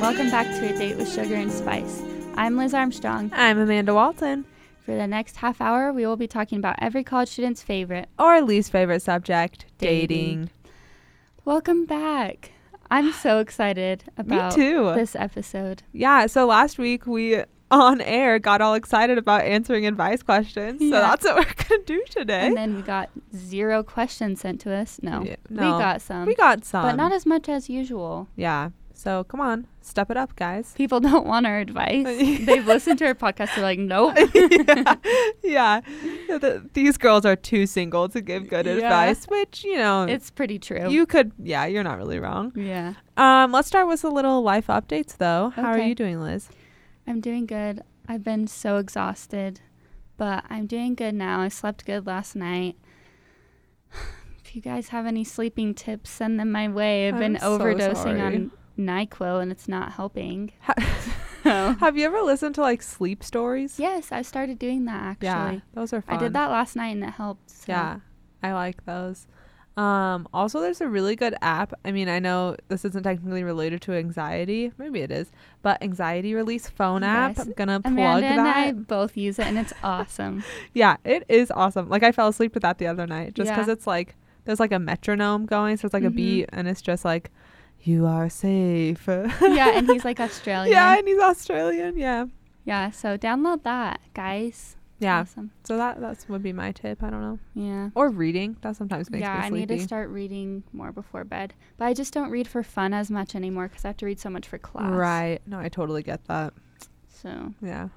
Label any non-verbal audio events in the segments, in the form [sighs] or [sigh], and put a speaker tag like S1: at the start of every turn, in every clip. S1: to a date with sugar and spice. I'm Liz Armstrong.
S2: I'm Amanda Walton.
S1: For the next half hour, we will be talking about every college student's favorite.
S2: Our least favorite subject,
S1: Dating.
S2: dating.
S1: Welcome back. I'm
S2: [gasps]
S1: so excited about
S2: too.
S1: this episode.
S2: Yeah, so last week we on air got all excited about answering advice questions. So
S1: Yeah.
S2: that's what we're going to do today.
S1: And then we got zero questions sent to us. No.
S2: Eh? Yeah,
S1: We
S2: no.
S1: got some.
S2: we got some.
S1: But not as much as usual.
S2: yeah. So come on, step it up, guys.
S1: People don't want our advice.
S2: [laughs] Yeah.
S1: They've listened to our podcast. They're like, nope.
S2: [laughs] yeah. yeah. Th- th- these girls are too single to give good
S1: Yeah.
S2: advice, which, you know,
S1: It's pretty true.
S2: you could, yeah, you're not really wrong.
S1: yeah.
S2: Um, let's start with a little life updates, though. How are
S1: Okay.
S2: you doing,
S1: [laughs]
S2: Liz?
S1: I'm doing good. I've been so exhausted, but I'm doing good now. I slept good last night. [sighs] If you guys have any sleeping tips, send them my way. I've been
S2: I'm so
S1: overdosing
S2: sorry.
S1: on NyQuil and it's not helping.
S2: Ha- [laughs]
S1: So-
S2: Have you ever listened to like sleep stories?
S1: yes, I started doing that actually.
S2: Yeah, those are fun.
S1: I did that last night and it helped. so-
S2: Yeah, I like those. Um, also, there's a really good app. I mean, I know this isn't technically related to anxiety. Maybe it is, but anxiety release phone app.
S1: Yes.
S2: I'm gonna plug
S1: Amanda and I
S2: that.
S1: both use it and
S2: [laughs]
S1: it's awesome.
S2: Yeah, it is awesome. Like I fell asleep with that the other night just because
S1: Yeah.
S2: it's like there's like a metronome going, so it's like a
S1: Mhm.
S2: beat, and it's just like, "You are safe."
S1: [laughs]
S2: [laughs]
S1: yeah, and he's like Australian.
S2: yeah, and he's Australian. Yeah,
S1: Yeah, so download that, guys. It's
S2: yeah.
S1: Awesome.
S2: So that that's would be my tip. I don't know.
S1: Yeah.
S2: Or reading. That sometimes makes
S1: yeah,
S2: me
S1: I
S2: sleepy.
S1: need to start reading more before bed. But I just don't read for fun as much anymore because I have to read so much for class.
S2: Right. No, I totally get that.
S1: So,
S2: Yeah.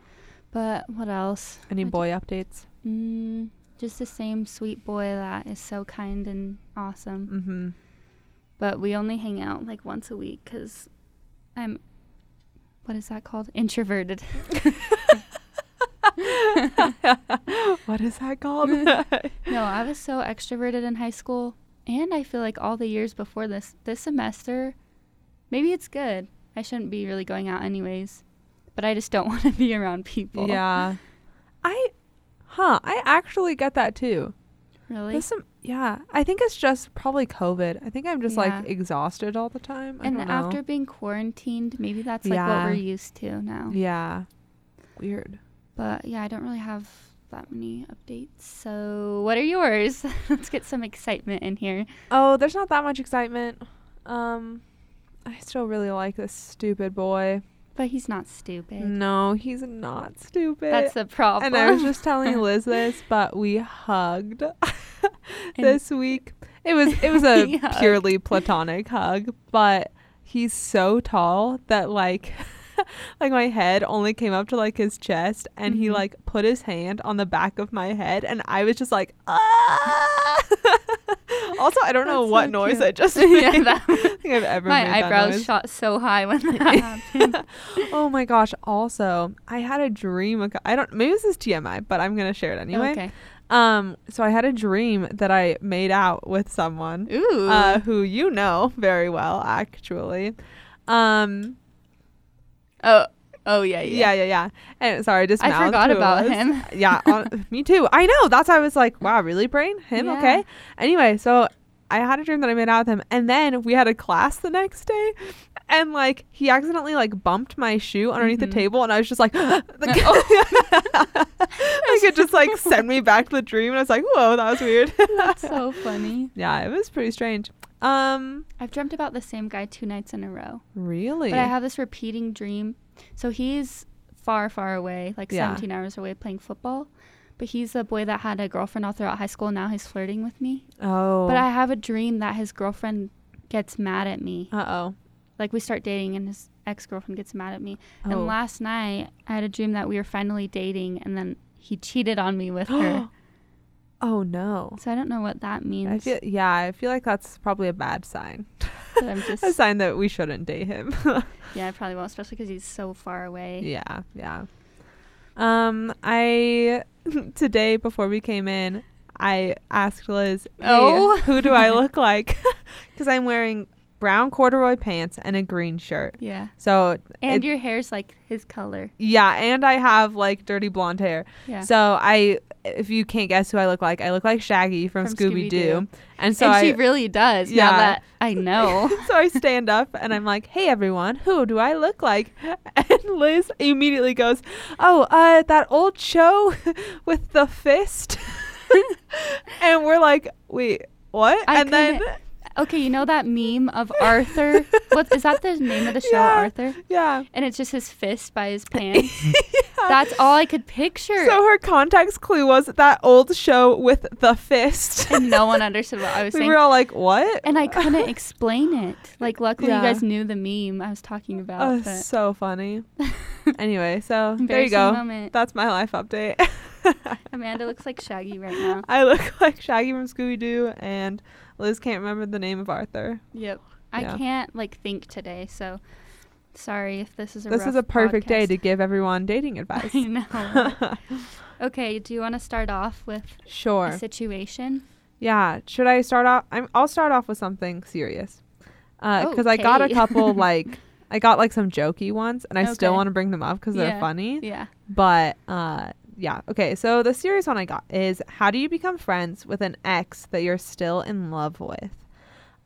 S1: but what else?
S2: Any
S1: I d-
S2: boy updates?
S1: Mm, just the same sweet boy that is so kind and awesome.
S2: Mm-hmm.
S1: But we only hang out like once a week because I'm, what is that called? Introverted.
S2: [gasps] What is that [laughs] called?
S1: no, I was so extroverted in high school. And I feel like all the years before this, this semester, maybe it's good. I shouldn't be really going out anyways. But I just don't [laughs] want to be around people.
S2: yeah. I, huh? I actually get that too.
S1: Really?
S2: There's some, yeah. I think it's just probably COVID. I think I'm just
S1: Yeah.
S2: like exhausted all the time. I
S1: and
S2: don't know.
S1: after being quarantined, maybe that's like what
S2: Yeah.
S1: we're used to now.
S2: Yeah. Weird.
S1: But yeah, I don't really have that many updates. So, what are yours? [laughs] Let's get some excitement in here.
S2: Oh, there's not that much excitement. Um, I still really like this stupid boy.
S1: But he's not stupid.
S2: No, he's not stupid.
S1: That's the problem.
S2: [laughs] And Mm. I was just telling
S1: [laughs]
S2: Liz this, but we hugged this week. It was it
S1: [laughs]
S2: was
S1: We
S2: a
S1: hugged.
S2: purely platonic hug, but he's so tall that like [laughs] like my head only came up to like his chest and he
S1: Mhm.
S2: like put his hand on the back of my head and I was just like ah! [laughs] Also, I don't know
S1: That's
S2: what
S1: so
S2: noise
S1: cute.
S2: I just
S1: [laughs]
S2: made.
S1: Yeah, that-
S2: [laughs] I
S1: [laughs]
S2: don't think I've ever made
S1: My
S2: that
S1: eyebrows
S2: noise.
S1: shot so high when
S2: [laughs]
S1: that happened.
S2: Oh my gosh! Also, I had a dream. a cou- I don't. Maybe this is TMI, but I'm gonna share it anyway.
S1: Okay.
S2: Um, so I had a dream that I made out with someone
S1: Ooh.
S2: uh, who you know very well, actually. Um,
S1: oh. Oh yeah.
S2: yeah,
S1: Yeah.
S2: yeah, yeah. And sorry, I just
S1: I
S2: mouthed
S1: forgot
S2: who it
S1: about
S2: was.
S1: him.
S2: yeah,
S1: [laughs]
S2: on, me too. I know. That's why I was like, wow, really, brain? Him?
S1: Yeah.
S2: Okay. Anyway, so I had a dream that I made out with him, and then we had a class the next day, and like he accidentally like bumped my shoe underneath
S1: Mhm.
S2: the table, and I was just
S1: [laughs]
S2: like, [gasps] like,
S1: Oh.
S2: [laughs] like it just like sent me back to the dream, and I was like, whoa, that was weird.
S1: [laughs]
S2: [laughs]
S1: That's so funny.
S2: Yeah, it was pretty strange. Um,
S1: I've dreamt about the same guy two nights in a row.
S2: really?
S1: But I have this repeating dream. So he's far, far away, like
S2: Yeah.
S1: 17 hours away playing football. But he's the boy that had a girlfriend all throughout high school. Now he's flirting with me.
S2: oh.
S1: But I have a dream that his girlfriend gets mad at me.
S2: Uh
S1: Like we start dating and his ex girlfriend gets mad at me.
S2: oh.
S1: And
S2: [gasps]
S1: last night I had a dream that we were finally dating and then he cheated on me with
S2: [gasps]
S1: her.
S2: oh no.
S1: So I don't know what that means.
S2: I feel yeah. I feel like that's probably a bad sign.
S1: but
S2: [laughs]
S1: I'm just
S2: a sign that we shouldn't date him. [laughs]
S1: yeah, I probably won't, especially because he's so far away.
S2: yeah. Yeah. Um. I [laughs] today before we came in, I asked Liz, hey,
S1: Oh. [laughs]
S2: [laughs] who do I look like?" Because I'm wearing brown corduroy pants and a green shirt.
S1: Yeah.
S2: So
S1: And
S2: it-
S1: your hair's like his color.
S2: yeah, and I have like dirty blonde hair.
S1: Yeah.
S2: So I, if you can't guess who I look like, I look like Shaggy from,
S1: From
S2: Scooby Doo,
S1: Scooby-Doo.
S2: and so
S1: and
S2: I.
S1: she
S2: [laughs]
S1: really does. Yeah.
S2: Yeah.
S1: Now that I
S2: [laughs]
S1: know.
S2: so I stand up and I'm like, "Hey everyone, who do I look like?" [laughs] And Liz immediately goes, "Oh, uh, that old show [laughs] with the
S1: [laughs]
S2: fist." and we're like, "Wait, what?"
S1: I
S2: and then,
S1: couldn't- okay, you know that meme of
S2: [laughs]
S1: Arthur? what is that the name of the show,
S2: Yeah.
S1: Arthur? [laughs]
S2: yeah,
S1: And it's just his fist by
S2: [laughs]
S1: his pants.
S2: Yeah.
S1: That's all I could picture.
S2: So [laughs] her context clue was that old show with the fist.
S1: and no one understood what I was
S2: [laughs] we
S1: saying.
S2: were all like, "What?"
S1: and I
S2: [laughs]
S1: couldn't explain it. Like, luckily,
S2: Yeah.
S1: you guys knew the meme I was talking
S2: Oh,
S1: about. but
S2: so funny.
S1: [laughs]
S2: anyway, so there you
S1: Embarrassing
S2: go.
S1: moment.
S2: That's my life
S1: [laughs]
S2: update.
S1: Amanda looks like Shaggy right now.
S2: I look [laughs] like Shaggy from Scooby Doo, and Liz can't remember the name of Arthur.
S1: Yep. I
S2: Yeah.
S1: can't like think today, so sorry if this is a
S2: this is
S1: rough
S2: a perfect day
S1: podcast.
S2: to give everyone dating advice.
S1: [laughs] I
S2: [laughs]
S1: know. okay, do you want to start off with
S2: sure.
S1: a situation?
S2: Yeah. Should I start off? I'm, I'll start off with something serious, because I got a
S1: Okay. [laughs]
S2: couple like I got like some jokey ones, and I still
S1: Okay.
S2: want to bring them up because they're
S1: Yeah.
S2: funny.
S1: Yeah.
S2: But uh, yeah. Okay. So the serious one I got is how do you become friends with an ex that you're still in love with?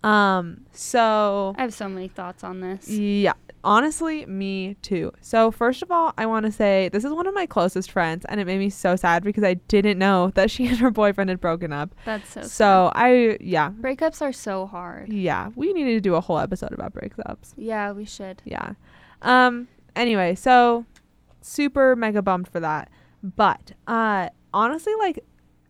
S2: Um. So
S1: I have so many thoughts on this.
S2: Yeah. Honestly, me too. So, first of all, I want to say this is one of my closest friends, and it made me so sad because I didn't know that she [laughs] and her boyfriend had broken up.
S1: That's so
S2: So,
S1: sad.
S2: I, yeah,
S1: breakups are so hard.
S2: yeah, we need to do a whole episode about breakups.
S1: Yeah, we should.
S2: Yeah. Um, anyway, so super mega bummed for that. But, uh, honestly, like,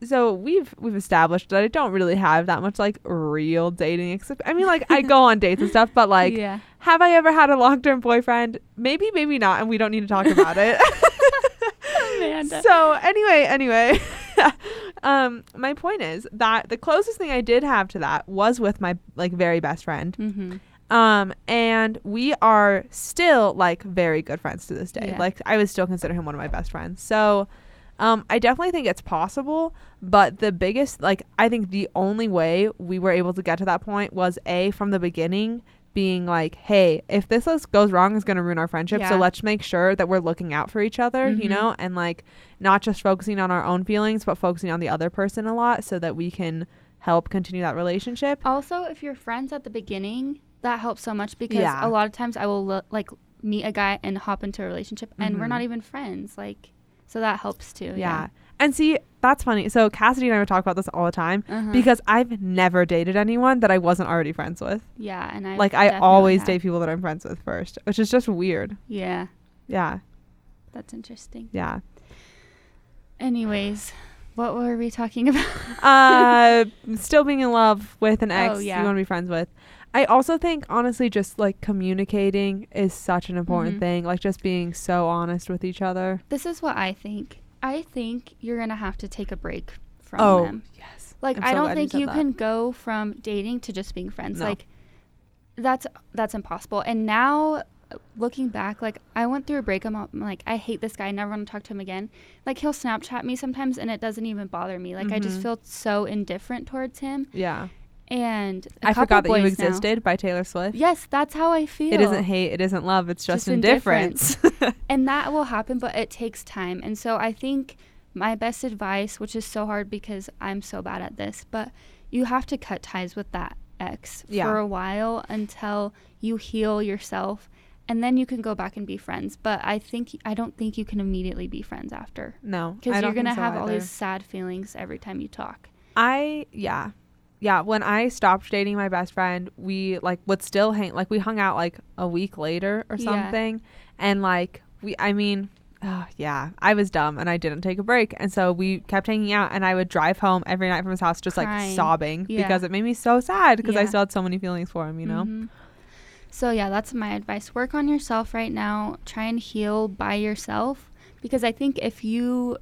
S2: so we've we've established that I don't really have that much like real dating except I mean like I go on dates and stuff but like
S1: yeah.
S2: have I ever had a long term boyfriend? Maybe, maybe not, and we don't need to talk about it.
S1: Amanda.
S2: [laughs] so anyway, anyway. [laughs] um, my point is that the closest thing I did have to that was with my like very best friend.
S1: Mhm.
S2: Um, and we are still like very good friends to this day.
S1: Yeah.
S2: Like I would still consider him one of my best friends. So um, I definitely think it's possible, but the biggest, like, I think the only way we were able to get to that point was A, from the beginning, being like, hey, if this list goes wrong, it's going to ruin our friendship. So
S1: Yeah.
S2: let's make sure that we're looking out for each other, you
S1: Mhm.
S2: know, and like not just focusing on our own feelings, but focusing on the other person a lot so that we can help continue that relationship.
S1: Also, if you're friends at the beginning, that helps so much because
S2: Yeah.
S1: a lot of times I will lo- like meet a guy and hop into a relationship and we're
S2: Mhm.
S1: not even friends. Like, so that helps too. Yeah.
S2: Yeah. And see, that's funny. So Cassidy and I would talk about this all the time
S1: Uh-huh.
S2: because I've never dated anyone that I wasn't already friends with.
S1: yeah, and I
S2: like I always date people that I'm friends with first, which is just weird.
S1: Yeah,
S2: Yeah.
S1: that's interesting.
S2: Yeah. [laughs]
S1: Anyways, what were we talking [laughs] about?
S2: Uh still being in love with an ex
S1: Oh, yeah.
S2: you want to be friends with. I also think honestly just like communicating is such an important
S1: Mhm.
S2: thing, like just being so honest with each other.
S1: This is what I think. I think you're gonna have to take a break from
S2: oh,
S1: them.
S2: yes.
S1: Like
S2: I'm
S1: I
S2: so
S1: don't
S2: glad
S1: think
S2: said
S1: you,
S2: that.
S1: can go from dating to just being friends.
S2: No.
S1: Like that's that's impossible. And now looking back, like I went through a breakup. I'm like I hate this guy. I never want to talk to him again. Like he'll Snapchat me sometimes, and it doesn't even bother me. Like I just
S2: Mhm.
S1: feel so indifferent towards him.
S2: Yeah.
S1: And I
S2: I forgot that you existed by Taylor Swift.
S1: Yes, that's how I feel.
S2: It isn't hate, it isn't love, it's just,
S1: Just
S2: indifference. [laughs]
S1: indifference. and that will happen but it takes time and so i think my best advice which is so hard because i'm so bad at this but you have to cut ties with that ex
S2: Yeah.
S1: for a while until you heal yourself and then you can go back and be friends but i think i don't think you can immediately be friends after
S2: no. I
S1: because you're
S2: don't
S1: going to
S2: think so
S1: have all
S2: either.
S1: these sad feelings every time you talk
S2: I yeah. Yeah, when I stopped dating my best friend, we like would still hang like we hung out like a week later or
S1: Yeah.
S2: something. And like we I mean, oh, yeah, I was dumb and I didn't take a break. And so we kept hanging out and I would drive home every night from his house just like
S1: Crying.
S2: sobbing
S1: Yeah.
S2: because it made me so sad because I
S1: Yeah.
S2: still had so many feelings for him, you know.
S1: Mhm. So yeah, that's my advice. Work on yourself right now. Try and heal by yourself because I think if you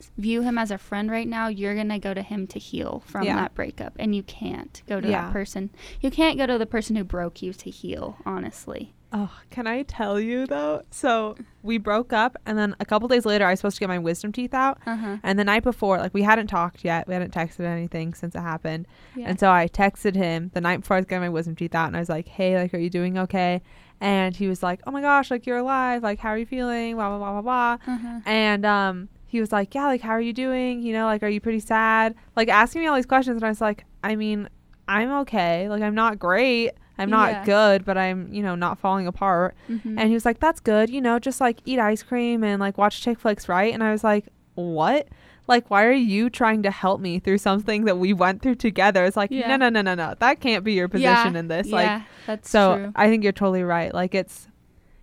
S1: s- view him as a friend right now, you're going to go to him to heal from
S2: Yeah.
S1: that breakup and you can't go to
S2: Yeah.
S1: that person. You can't go to the person who broke you to heal, honestly.
S2: Oh, can I tell you though? So we broke up, and then a couple days later, I was supposed to get my wisdom teeth out.
S1: Uh huh.
S2: And the night before, like we hadn't talked yet, we hadn't texted anything since it happened.
S1: Yeah.
S2: And so I texted him the night before I was getting my wisdom teeth out, and I was like, "Hey, like, are you doing okay?" And he was like, "Oh my gosh, like you're alive. Like, how are you feeling? Blah blah blah blah blah."
S1: uh-huh.
S2: And um, he was like, "Yeah, like how are you doing? You know, like are you pretty sad?" Like asking me all these questions, and I was like, "I mean, I'm okay. Like I'm not great. I'm not
S1: Yeah.
S2: good, but I'm you know not falling apart."
S1: Mhm.
S2: And he was like, "That's good. You know, just like eat ice cream and like watch chick flicks, right?" And I was like, "What?" Like, why are you trying to help me through something that we went through together? It's like,
S1: Yeah.
S2: no, no, no, no, no. That can't be your
S1: Yeah,
S2: position in this. Like,
S1: yeah, that's
S2: so uh,
S1: true.
S2: I think you're totally right. Like it's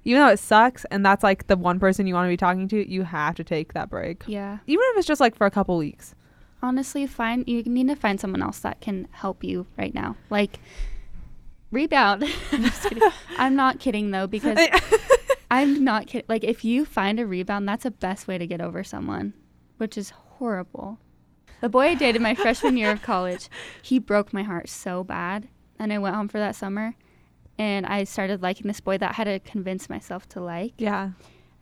S2: even though it sucks and that's like the one person you want to be talking to, you have to take that break.
S1: Yeah.
S2: Even if it's just like for a couple weeks.
S1: honestly find you need to find someone else that can help you right now like rebound [laughs] [laughs] I'm, just kidding. I'm
S2: [laughs]
S1: not kidding though because i'm not kidding like if you find a rebound that's the best way to get over someone which is horrible the boy i dated my freshman year of college he broke my heart so bad and i went home for that summer and i started liking this boy that i had to convince myself to like
S2: Yeah.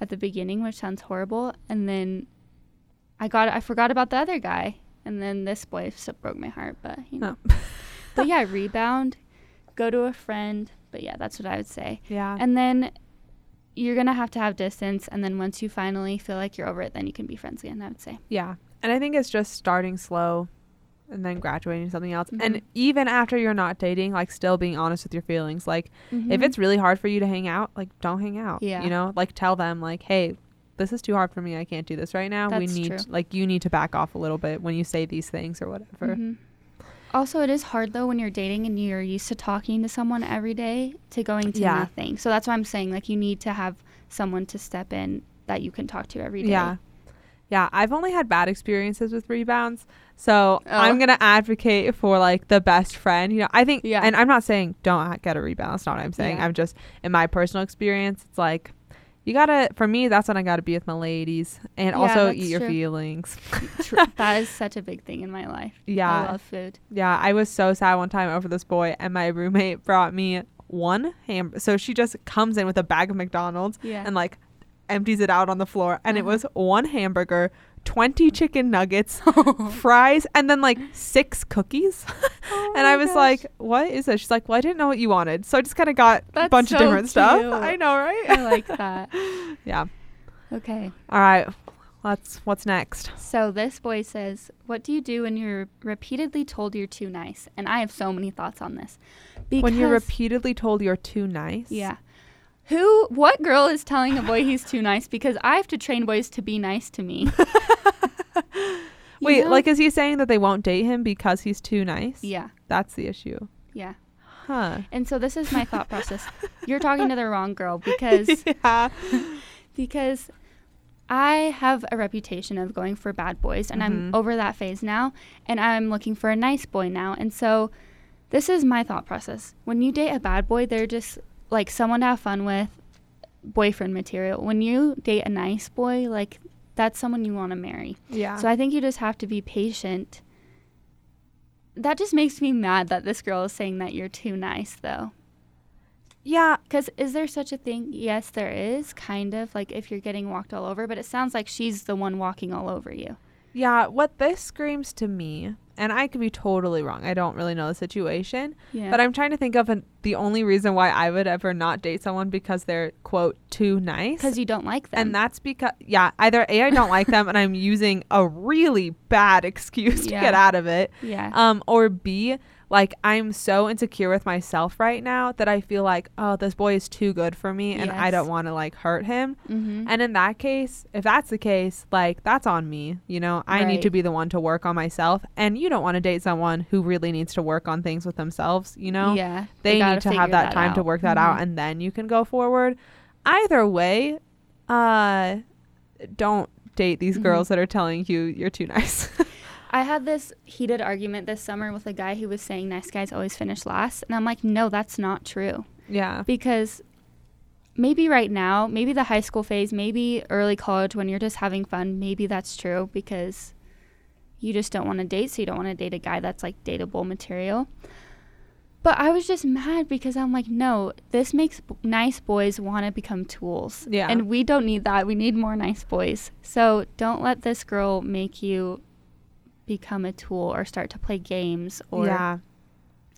S1: at the beginning, which sounds horrible. And then I got I forgot about the other guy, and then this boy s- broke my heart. But you
S2: [laughs]
S1: know,
S2: No.
S1: but yeah, rebound, go to a friend. But yeah, that's what I would say.
S2: Yeah.
S1: And then you're gonna have to have distance. And then once you finally feel like you're over it, then you can be friends again. I would say.
S2: yeah. And I think it's just starting slow and then graduating to something else.
S1: Mhm.
S2: And even after you're not dating, like still being honest with your feelings. Like if it's really hard for you to hang out, like don't hang out.
S1: Mm-hmm. Yeah.
S2: You know, like tell them like, hey, this is too hard for me. I can't do this right now. we
S1: That's
S2: need
S1: true.
S2: like you need to back off a little bit when you say these things or whatever.
S1: Mhm. Also, it is hard though when you're dating and you're used to talking to someone every day to going to
S2: Yeah.
S1: nothing. So that's why I'm saying like you need to have someone to step in that you can talk to every day.
S2: Yeah. Yeah, I've only had bad experiences with rebounds. So
S1: Oh.
S2: I'm going to advocate for like the best friend. You know, I think,
S1: Yeah.
S2: yeah. and I'm not saying don't ha- get a rebound. That's not what I'm saying.
S1: Yeah.
S2: I'm just, in my personal experience, it's like, you got to, for me, that's when I got to be with my ladies and
S1: Yeah,
S2: also
S1: that's
S2: eat your
S1: true.
S2: feelings. [laughs]
S1: Tr- that is such a big thing in my life. I
S2: yeah.
S1: love food.
S2: yeah. I was so sad one time over this boy, and my roommate brought me one hamburger. So she just comes in with a bag of McDonald's
S1: Yeah.
S2: and like empties it out on the floor and it
S1: Uh-huh.
S2: was one hamburger 20
S1: [laughs]
S2: chicken nuggets
S1: Oh.
S2: fries and then like six cookies [laughs]
S1: Oh
S2: and i was like what is this she's like well i didn't know what you wanted so i just kind of got a
S1: That's
S2: bunch
S1: so
S2: of different stuff
S1: cute.
S2: i know [laughs] right
S1: [laughs] I like that.
S2: yeah
S1: Okay.
S2: all right let's what's next
S1: So this boy says, What do you do when you're repeatedly told you're too nice? And I have so many thoughts on this. Because
S2: when you're repeatedly told you're too nice
S1: Yeah. Who, what girl is telling a boy he's too nice? Because I have to train boys to be nice to me. You
S2: [laughs] wait
S1: know?
S2: like is he saying that they won't date him because he's too nice
S1: yeah,
S2: that's the issue
S1: yeah.
S2: huh
S1: And so this is my thought process. You're talking to the wrong girl
S2: [laughs]
S1: because [laughs]
S2: yeah
S1: because I have a reputation of going for bad boys, and I'm
S2: Mhm.
S1: over that phase now, and I'm looking for a nice boy now. And so, this is my thought process. When you date a bad boy, they're just like someone to have fun with, boyfriend material. When you date a nice boy, like that's someone you want to marry.
S2: yeah
S1: So, I think you just have to be patient. That just makes me mad that this girl is saying that you're too nice, though.
S2: yeah
S1: Because is there such a thing? Yes, there is, kind of. Like if you're getting walked all over, but it sounds like she's the one walking all over you.
S2: Yeah, what this screams to me, and I could be totally wrong. I don't really know the situation,
S1: Yeah.
S2: but I'm trying to think of an, the only reason why I would ever not date someone because they're quote too nice.
S1: because you don't like them.
S2: and that's because yeah, either a I don't like them, and I'm using a really bad [laughs] excuse
S1: Yeah.
S2: to get out of it,
S1: yeah.
S2: um, or b like I'm so insecure with myself right now that I feel like oh this boy is too good for me, and I
S1: Yes.
S2: don't want to like hurt him.
S1: mm-hmm.
S2: And in that case, if that's the case, like that's on me. You know, I
S1: Right.
S2: need to be the one to work on myself. And you don't want to date someone who really needs to work on things with themselves. You know,
S1: yeah.
S2: they
S1: gotta
S2: need to
S1: figure
S2: have that, time to
S1: out. Mm-hmm.
S2: work that out, and then you can go forward. Either way, uh, don't date these
S1: Mhm.
S2: girls that are telling you you're too nice. [laughs]
S1: I had this heated argument this summer with a guy who was saying nice guys always finish last, and I'm like, no, that's not true.
S2: yeah,
S1: Because maybe right now, maybe the high school phase, maybe early college when you're just having fun, maybe that's true because you just don't want to date, so you don't want to date a guy that's like dateable material. But I was just mad because I'm like, no, this makes b- nice boys want to become tools.
S2: Yeah.
S1: And we don't need that. We need more nice boys. So don't let this girl make you become a tool or start to play games or
S2: yeah.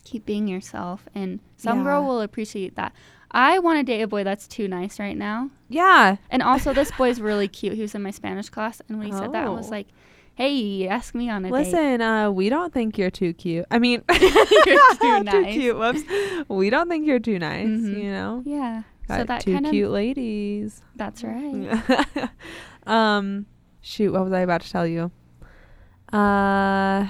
S1: keep being yourself. And some
S2: Yeah.
S1: girl will appreciate that. I want to date a boy that's too nice right now.
S2: Yeah.
S1: And also,
S2: [laughs]
S1: this boy's really cute. He was in my Spanish class. And when he said that, I was
S2: Oh.
S1: like, hey, ask me on a date.
S2: Listen, uh, we don't think you're too cute. I mean, [laughs]
S1: [laughs] You're too nice.
S2: cute. Whoops. We don't think you're too nice.
S1: Mhm.
S2: You know,
S1: Yeah. so
S2: Got
S1: that
S2: two
S1: kind of,
S2: cute ladies.
S1: that's right.
S2: [laughs] um, shoot, what was I about to tell you? Uh,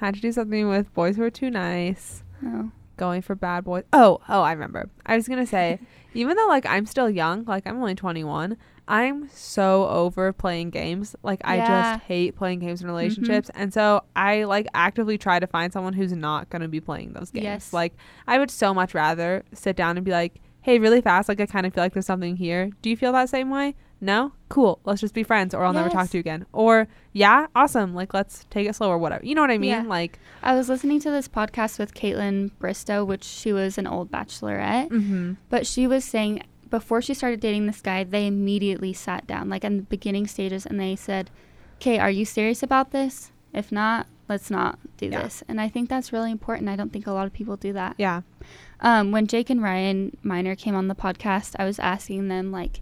S2: had to do something with boys who are too nice.
S1: Oh.
S2: Going for bad boys. Oh, oh, I remember. I was gonna say, even though like I'm still young, like I'm only 21, I'm so over playing games. Like I
S1: Yeah. Mm-hmm.
S2: just hate playing games in relationships, and so I like actively try to find someone who's not gonna be playing those games.
S1: Yes.
S2: Like I would so much rather sit down and be like, hey, really fast. Like I kind of feel like there's something here. Do you feel that same way? No, cool. Let's just be friends, or I'll never talk
S1: Yes.
S2: to you again. Or yeah, awesome. Like let's take it slow or whatever. You know what I mean?
S1: Yeah.
S2: Like
S1: I was listening to this podcast with Caitlin Bristow, which she was an old bachelorette,
S2: mm-hmm.
S1: but she was saying before she started dating this guy, they immediately sat down, like in the beginning stages, and they said, Okay, are you serious about this? If not, let's not do
S2: Yeah.
S1: this. And I think that's really important. I don't think a lot of people do that.
S2: yeah, [laughs]
S1: Um, when Jake and Ryan Miner came on the podcast, I was asking them like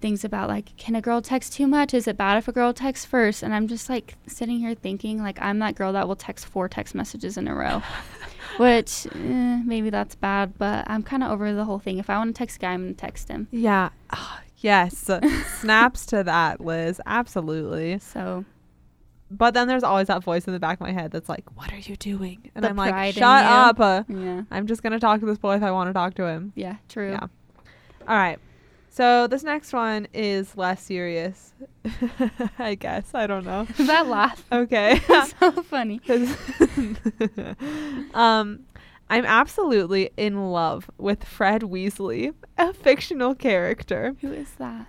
S1: things about like, can a girl text too much? Is it bad if a girl texts first? And I'm just like sitting here thinking like I'm that girl that will text four text messages in a row, which eh, maybe that's bad, but I'm kind of over the whole thing. If I want to text a guy, I'm gonna text him. [laughs]
S2: yeah. Ah, yes, snaps to that, Liz. Absolutely.
S1: So
S2: But then there's always that voice in the back of my head that's like, "What are you doing?" And
S1: The
S2: I'm like,
S1: pride in
S2: "Shut
S1: you."
S2: up! Uh,
S1: yeah,
S2: I'm just gonna talk to this boy if I want to talk to him."
S1: yeah, true.
S2: Yeah. All right. So this next one is less serious, [laughs] I guess. I don't know.
S1: [laughs] [laughs] that laugh [laughs]
S2: Okay.
S1: is so
S2: [laughs]
S1: funny.
S2: 'Cause- um, I'm absolutely in love with Fred Weasley, a fictional character
S1: Who is that?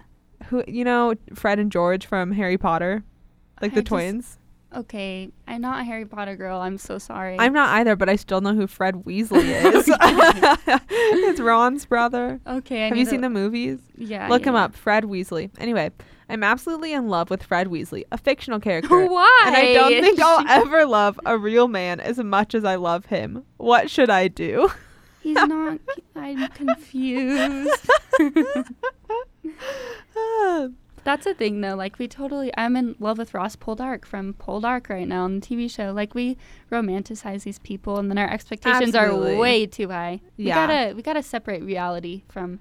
S2: who you know Fred and George from Harry Potter, like
S1: I
S2: the
S1: just-
S2: twins.
S1: Okay, I'm not a Harry Potter girl. I'm so sorry.
S2: I'm not either, but I still know who Fred
S1: [laughs]
S2: Weasley is. [laughs] it's Ron's brother.
S1: okay. I
S2: Have
S1: need
S2: you
S1: to-
S2: seen the movies?
S1: Yeah.
S2: Look
S1: yeah,
S2: him
S1: yeah. [laughs]
S2: up, Fred Weasley. Anyway, I'm absolutely in love with Fred Weasley, a fictional character.
S1: [laughs] Why?
S2: And I don't think
S1: [laughs]
S2: I'll ever love a real man as much as I love him. What should I do?
S1: He's not. I'm
S2: [laughs]
S1: confused. [laughs]
S2: Ah,
S1: That's a thing, though. Like we totally. I'm in love with Ross Poldark from Poldark right now on the TV show. Like we romanticize these people, and then our expectations
S2: Absolutely.
S1: are way too high.
S2: Yeah.
S1: We gotta we gotta separate reality from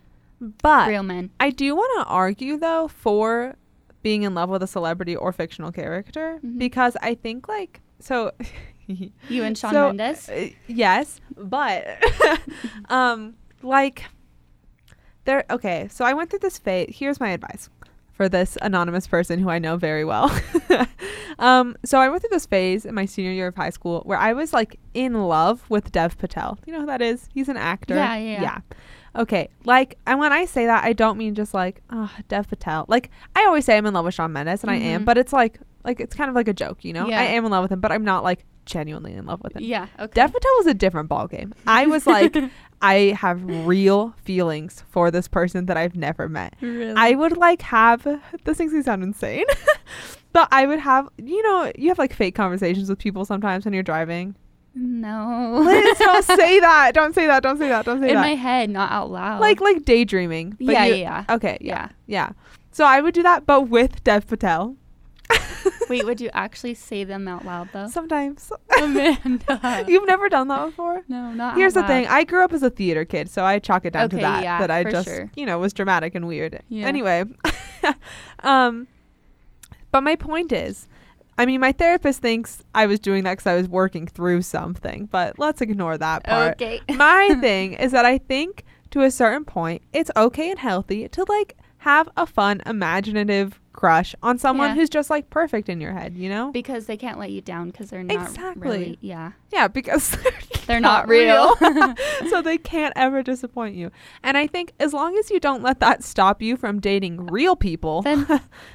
S2: but
S1: real men.
S2: I do want to argue though for being in love with a celebrity or fictional character
S1: Mhm.
S2: because I think like so [laughs]
S1: You and Sean
S2: So,
S1: Mendes.
S2: uh, yes, but [laughs] um like there okay, so I went through this phase. Here's my advice for this anonymous person who I know very well. [laughs] um so I went through this phase in my senior year of high school where I was like in love with Dev Patel. You know who that is? He's an actor.
S1: Yeah, yeah, yeah.
S2: Okay, like, and when I say that, I don't mean just like, ah, Dev Patel. Like, I always say I'm in love with Sean Mendes, and I am,
S1: Mhm.
S2: but it's like, like it's kind of like a joke, you know?
S1: Yeah.
S2: I am in love with him, but I'm not like genuinely in love with him.
S1: Yeah. Okay.
S2: Dev Patel was a different ballgame. I was like, I have real feelings for this person that I've never met.
S1: [laughs] Really?
S2: I would like have this makes me sound insane, [laughs] but I would have you know you have like fake conversations with people sometimes when you're
S1: [laughs]
S2: driving.
S1: no. [laughs]
S2: Liz, don't say that. Don't say that. Don't say that. Don't say
S1: in
S2: that.
S1: my head, not out loud.
S2: like like daydreaming. but
S1: yeah,
S2: you-
S1: yeah,
S2: Okay. Yeah,
S1: yeah.
S2: yeah. So I would do that, but with Dev Patel. [laughs]
S1: Wait, would you actually say them out loud though?
S2: Sometimes
S1: [laughs] Amanda.
S2: [laughs] you've never done that before.
S1: no, not.
S2: Here's
S1: out
S2: the
S1: loud.
S2: thing. I grew up as a theater kid, so I chalk it down to
S1: Okay,
S2: that.
S1: yeah,
S2: that I
S1: for
S2: just,
S1: sure.
S2: you know, was dramatic and weird.
S1: Yeah.
S2: Anyway, [laughs] um, but my point is, I mean, my therapist thinks I was doing that because I was working through something, but let's ignore that part.
S1: Okay.
S2: my thing is that I think to a certain point, it's okay and healthy to like have a fun, imaginative crush on someone
S1: Yeah.
S2: who's just like perfect in your head, you
S1: [laughs]
S2: know?
S1: because they can't let you down because they're not
S2: Exactly.
S1: really yeah
S2: Yeah, because [laughs] they're,
S1: They're not real. [laughs]
S2: so they can't ever disappoint you. And I think as long as you don't let that stop you from dating real
S1: [laughs]
S2: people, [laughs]
S1: Then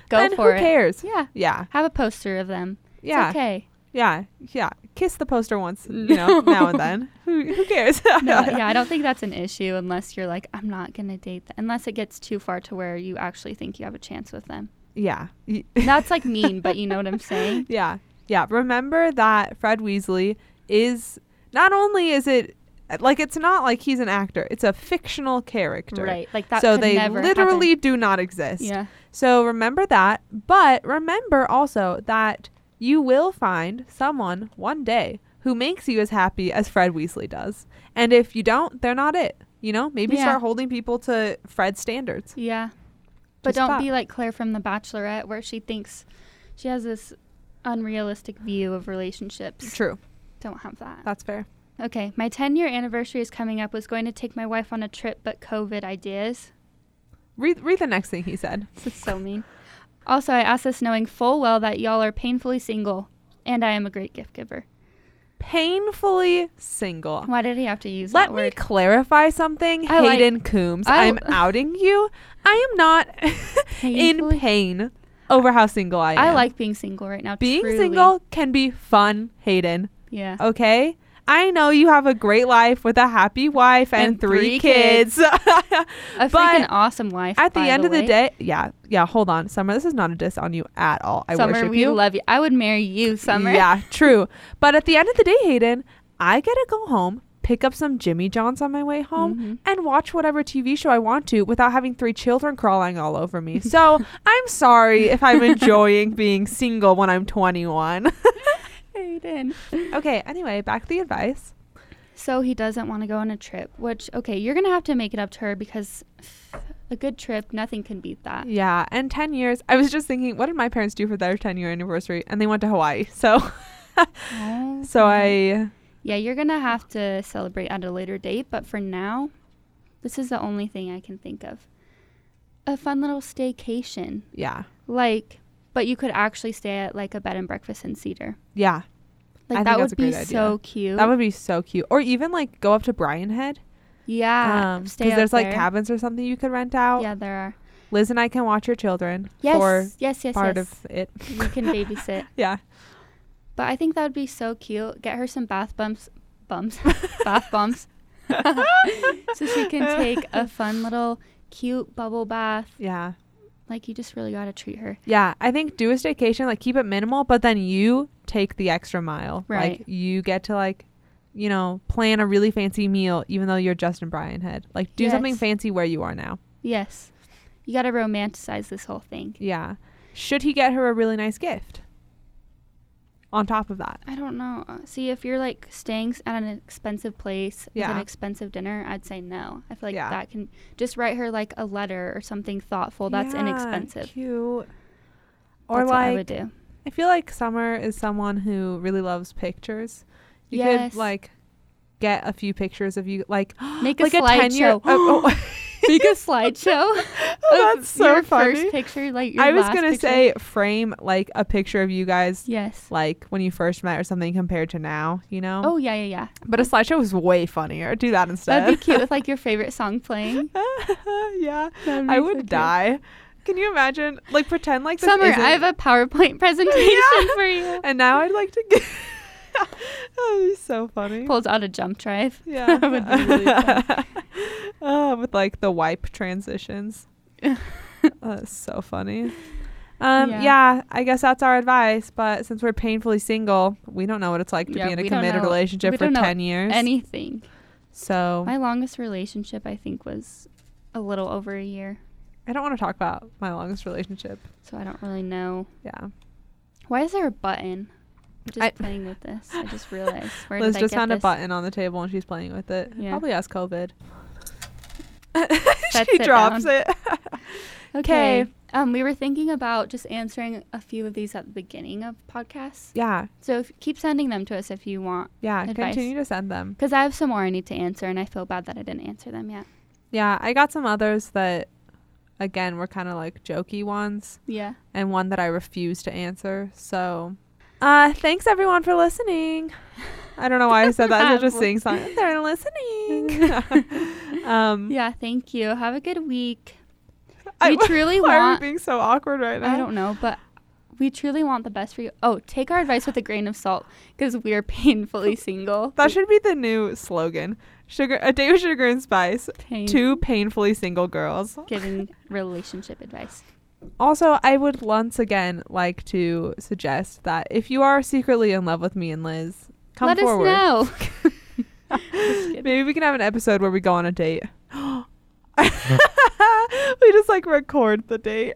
S1: go
S2: then
S1: for
S2: who
S1: it.
S2: cares?
S1: yeah
S2: Yeah.
S1: have a poster of them
S2: Yeah. [laughs]
S1: it's okay
S2: Yeah, yeah. Kiss the poster once,
S1: [laughs]
S2: you know, now and then. Who, who cares?
S1: No, yeah, I don't think that's an issue unless you're like, I'm not gonna date them. Unless it gets too far to where you actually think you have a chance with them.
S2: [laughs] Yeah. Y-
S1: That's like mean, but you know what
S2: [laughs]
S1: I'm saying.
S2: Yeah. Yeah. Remember that Fred Weasley is not only is it like it's not like he's an actor, it's a fictional character.
S1: Right, like that.
S2: so
S1: could
S2: they
S1: never
S2: literally do not exist.
S1: happen. yeah,
S2: So remember that, but remember also that you will find someone one day who makes you as happy as Fred Weasley does. And if you don't, they're not it. You know, maybe
S1: Yeah.
S2: start holding people to Fred's standards.
S1: yeah. But
S2: Just
S1: don't
S2: thought.
S1: be like Claire from The Bachelorette, where she thinks she has this unrealistic view of relationships.
S2: True. Uh
S1: Don't have that.
S2: That's fair.
S1: Okay, my 10 year anniversary is coming up. Was going to take my wife on a trip, but COVID ideas.
S2: Read, read the next thing he said.
S1: This is so mean. Also, I ask this knowing full well that y'all are painfully single, and I am a great gift giver.
S2: Painfully single.
S1: Why did he have to use
S2: Let
S1: that
S2: me
S1: word?
S2: clarify something,
S1: I like-
S2: Hayden Coombs.
S1: I- [laughs]
S2: I'm outing you. I am not [laughs] in
S1: Painfully-
S2: pain over how single I am.
S1: I like being single right now.
S2: being
S1: truly.
S2: single Oh, can be fun, Hayden.
S1: Yeah.
S2: Okay? I know you have a great life with a happy wife and,
S1: And
S2: three,
S1: three kids.
S2: [laughs] kids.
S1: A
S2: But
S1: freaking awesome wife.
S2: At the
S1: by
S2: end of
S1: way.
S2: the day, yeah, yeah, hold on. Summer, this is not a diss on you at all. I
S1: Summer,
S2: worship
S1: we
S2: you.
S1: love you. I would marry
S2: [laughs]
S1: you, Summer. [laughs]
S2: Yeah, true. But at the end of the day, Hayden, I get to go home, pick up some Jimmy John's on my way home,
S1: Mhm.
S2: and watch whatever TV show I want to without having three children crawling all over me. So I'm sorry if I'm enjoying being single when I'm 21.
S1: Hayden.
S2: [laughs] okay, anyway, back to the advice.
S1: So he doesn't want to go on a trip, which, okay, you're going to have to make it up to her because [sighs] a good trip, nothing can beat that.
S2: Yeah, and 10 years. I was just thinking, what did my parents do for their 10 year anniversary? And they went to Hawaii. [laughs] So.
S1: Oh,
S2: So I
S1: Yeah, you're going to have to celebrate at a later date, but for now, this is the only thing I can think of. A fun little staycation.
S2: yeah.
S1: Like, but you could actually stay at like a bed and breakfast in Cedar.
S2: Yeah.
S1: Like
S2: I think
S1: that
S2: that's
S1: would
S2: a
S1: be
S2: great
S1: so
S2: idea.
S1: cute.
S2: That would be so cute. Or even like go up to Brian Head.
S1: yeah,
S2: Um, 'cause
S1: stay up
S2: there's like
S1: there.
S2: cabins or something you could rent out.
S1: Yeah, there are.
S2: Liz and I can watch your children
S1: Yes,
S2: for
S1: yes, yes,
S2: part
S1: yes.
S2: of it. [laughs]
S1: we can babysit. [laughs]
S2: Yeah. [laughs]
S1: But I think that would be so cute. Get her some bath bumps, bumps, [laughs] bath bumps, so she can
S2: [laughs]
S1: take a fun little cute bubble bath.
S2: Yeah.
S1: Like you just really gotta treat her.
S2: Yeah. I think do a staycation, like keep it minimal, but then you take the extra mile.
S1: Right.
S2: Like you get to like, you know, plan a really fancy meal even though you're Justin Brian Head. Like do something
S1: Yes.
S2: fancy where you are now.
S1: Yes, you gotta romanticize this whole thing.
S2: Yeah. Should he get her a really nice gift? On top of that.
S1: I don't know. Uh, See, if you're like staying s- at an expensive place with an
S2: Yeah.
S1: expensive dinner, I'd say no. I feel like
S2: Yeah.
S1: that can just write her like a letter or something thoughtful. That's
S2: Yeah,
S1: inexpensive.
S2: Cute.
S1: That's
S2: Or like
S1: what I would
S2: [gasps]
S1: do.
S2: I feel like Summer is someone who really loves pictures. You
S1: Yes.
S2: could like get a few pictures of you, like
S1: Make a
S2: like
S1: slideshow.
S2: [laughs] oh, oh.
S1: [laughs] Make
S2: [laughs]
S1: a slideshow. [laughs]
S2: Oh,
S1: of
S2: that's so
S1: your
S2: funny.
S1: First picture, like your
S2: I was
S1: last
S2: gonna
S1: picture.
S2: say frame like a picture of you guys,
S1: yes.
S2: like when you first met or something compared to now, you know.
S1: Oh yeah, yeah, yeah.
S2: [laughs] but a slideshow is way funnier. Do that instead.
S1: That'd be
S2: [laughs]
S1: cute with like your favorite song playing.
S2: yeah,
S1: That'd be
S2: I
S1: so
S2: would
S1: cute.
S2: die. Can you imagine? Like pretend like this
S1: Summer,
S2: isn't-
S1: I have a PowerPoint [laughs] presentation
S2: [laughs] Yeah.
S1: for you.
S2: and now I'd like to get. [laughs] that would be so funny.
S1: Pulls out a jump drive. [laughs]
S2: Yeah.
S1: That would be
S2: [laughs]
S1: really fun.
S2: Uh, with like the wipe
S1: [laughs]
S2: transitions. Oh, that's so funny. Um,
S1: Yeah.
S2: yeah. I guess that's our advice. But since we're painfully single, we don't know what it's like to
S1: Yeah,
S2: be in a
S1: we don't
S2: committed
S1: know-
S2: relationship
S1: we
S2: for
S1: don't know
S2: 10 years.
S1: Anything.
S2: so
S1: My longest relationship, I think, was a little over a year.
S2: I don't want to talk about my longest relationship.
S1: So I don't really know.
S2: Yeah.
S1: Why is there a button? I'm just
S2: I-
S1: playing with this. I just realized. Where
S2: Liz
S1: did
S2: just
S1: I get
S2: found
S1: this?
S2: a button on the table and she's playing with it.
S1: Yeah.
S2: Probably has COVID.
S1: Sets
S2: she
S1: it
S2: drops
S1: down.
S2: it.
S1: [laughs] Okay. Um, we were thinking about just answering a few of these at the beginning of podcasts.
S2: yeah.
S1: So if, keep sending them to us if you want,
S2: Yeah.
S1: Advice.
S2: Continue to send them.
S1: because I have some more I need to answer, and I feel bad that I didn't answer them yet.
S2: Yeah, I got some others that, again, were kind of like jokey ones,
S1: Yeah.
S2: and one that I refused to answer. So, uh, thanks everyone for listening. I don't know why I said that.
S1: [laughs]
S2: I just sing song. They're listening. [laughs] um,
S1: Yeah. Thank you. Have a good week.
S2: I-
S1: we truly
S2: [laughs] why are we
S1: want.
S2: being so awkward right now?
S1: I don't know, but we truly want the best for you. Oh, take our advice with a grain of salt because we are
S2: [laughs]
S1: painfully single.
S2: That should be the new slogan. Sugar a date with sugar and spice.
S1: Pain
S2: Two painfully single girls.
S1: giving relationship advice.
S2: Also, I would once again like to suggest that if you are secretly in love with me and Liz, come
S1: Let
S2: forward. [laughs]
S1: us know.
S2: Maybe we can have an episode where we go on
S1: [laughs]
S2: a date. [laughs] we just like record the date.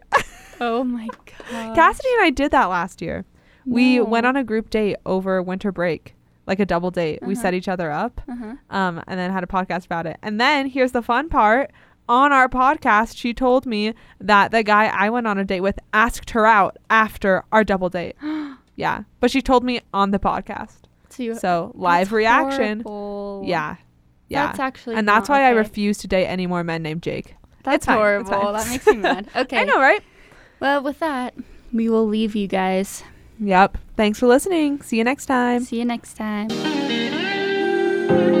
S1: oh
S2: [laughs]
S1: my god.
S2: Cassidy and I did that last year. We
S1: No.
S2: went on a group date over winter break, like a double date. We
S1: Uh-huh.
S2: set each other up
S1: Uh-huh.
S2: um, and then had a podcast about it. And then here's the fun part. On our podcast, she told me that the guy I went on a date with asked her out after our
S1: [gasps]
S2: double date. yeah. But she told me on the podcast.
S1: So, you,
S2: So live
S1: That's
S2: reaction.
S1: horrible.
S2: Yeah. Yeah.
S1: That's actually
S2: and that's
S1: not
S2: why I
S1: okay.
S2: refuse to date any more men named Jake.
S1: That's
S2: It's fine, it's
S1: horrible.
S2: fine.
S1: That makes me mad. Okay.
S2: [laughs] I know, right?
S1: Well, with that, we will leave you guys.
S2: Yep. Thanks for listening. See you next time.
S1: See you next time.